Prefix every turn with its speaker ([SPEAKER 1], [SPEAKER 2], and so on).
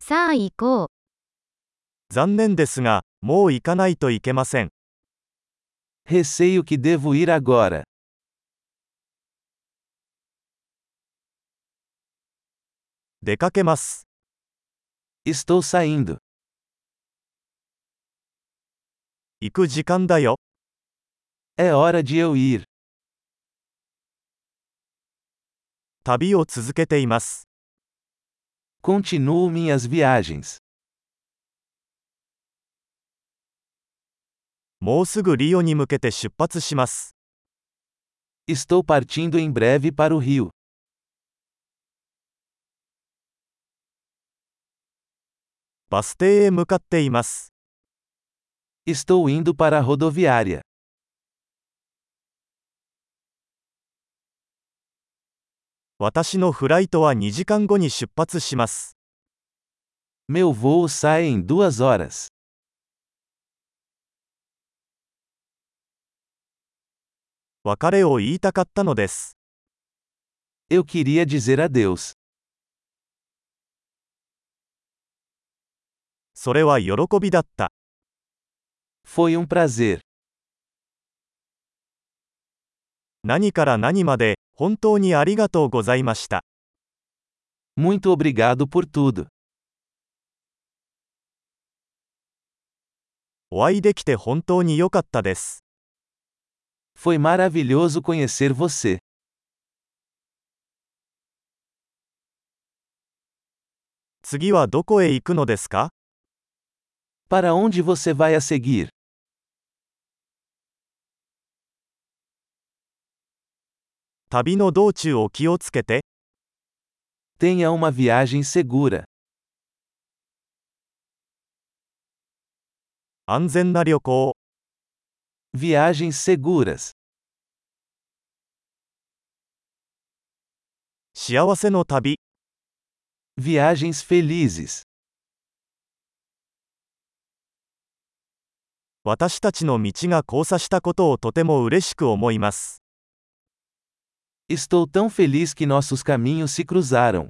[SPEAKER 1] さあ行こう。
[SPEAKER 2] 残念ですが、もう行かないといけません。
[SPEAKER 3] Receio que devo ir agora.
[SPEAKER 2] 出かけます。
[SPEAKER 3] Estou saindo.
[SPEAKER 2] 行く時間だよ。
[SPEAKER 3] É hora de eu ir.
[SPEAKER 2] 旅を続けています。
[SPEAKER 3] Continuo minhas viagens.
[SPEAKER 2] もうすぐリオに向けて出発します。
[SPEAKER 3] Estou partindo em breve para o Rio.
[SPEAKER 2] バス停へ向かっています。
[SPEAKER 3] Estou indo para a rodoviária.
[SPEAKER 2] 私のフライトは2時間後に出発します。
[SPEAKER 3] Meu voo sai em duas horas.
[SPEAKER 2] 別れを言いたかったのです。
[SPEAKER 3] Eu queria dizer adeus.
[SPEAKER 2] それは喜びだった。
[SPEAKER 3] Foi um prazer.
[SPEAKER 2] 何から何まで、本当にありがとうございました。
[SPEAKER 3] Muito obrigado por tudo.
[SPEAKER 2] お会いできて本当に良かったです。
[SPEAKER 3] Foi maravilhoso conhecer você.
[SPEAKER 2] 次はどこへ行くのですか
[SPEAKER 3] Para onde você vai a seguir?
[SPEAKER 2] 旅の道中を気をつけて、
[SPEAKER 3] Tenha uma viagem segura.
[SPEAKER 2] 安全な旅行を。
[SPEAKER 3] Viagens seguras.
[SPEAKER 2] 幸せの旅。
[SPEAKER 3] Viagens felizes.
[SPEAKER 2] 私たちの道が交差したことをとても嬉しく思います。
[SPEAKER 3] Estou tão feliz que nossos caminhos se cruzaram.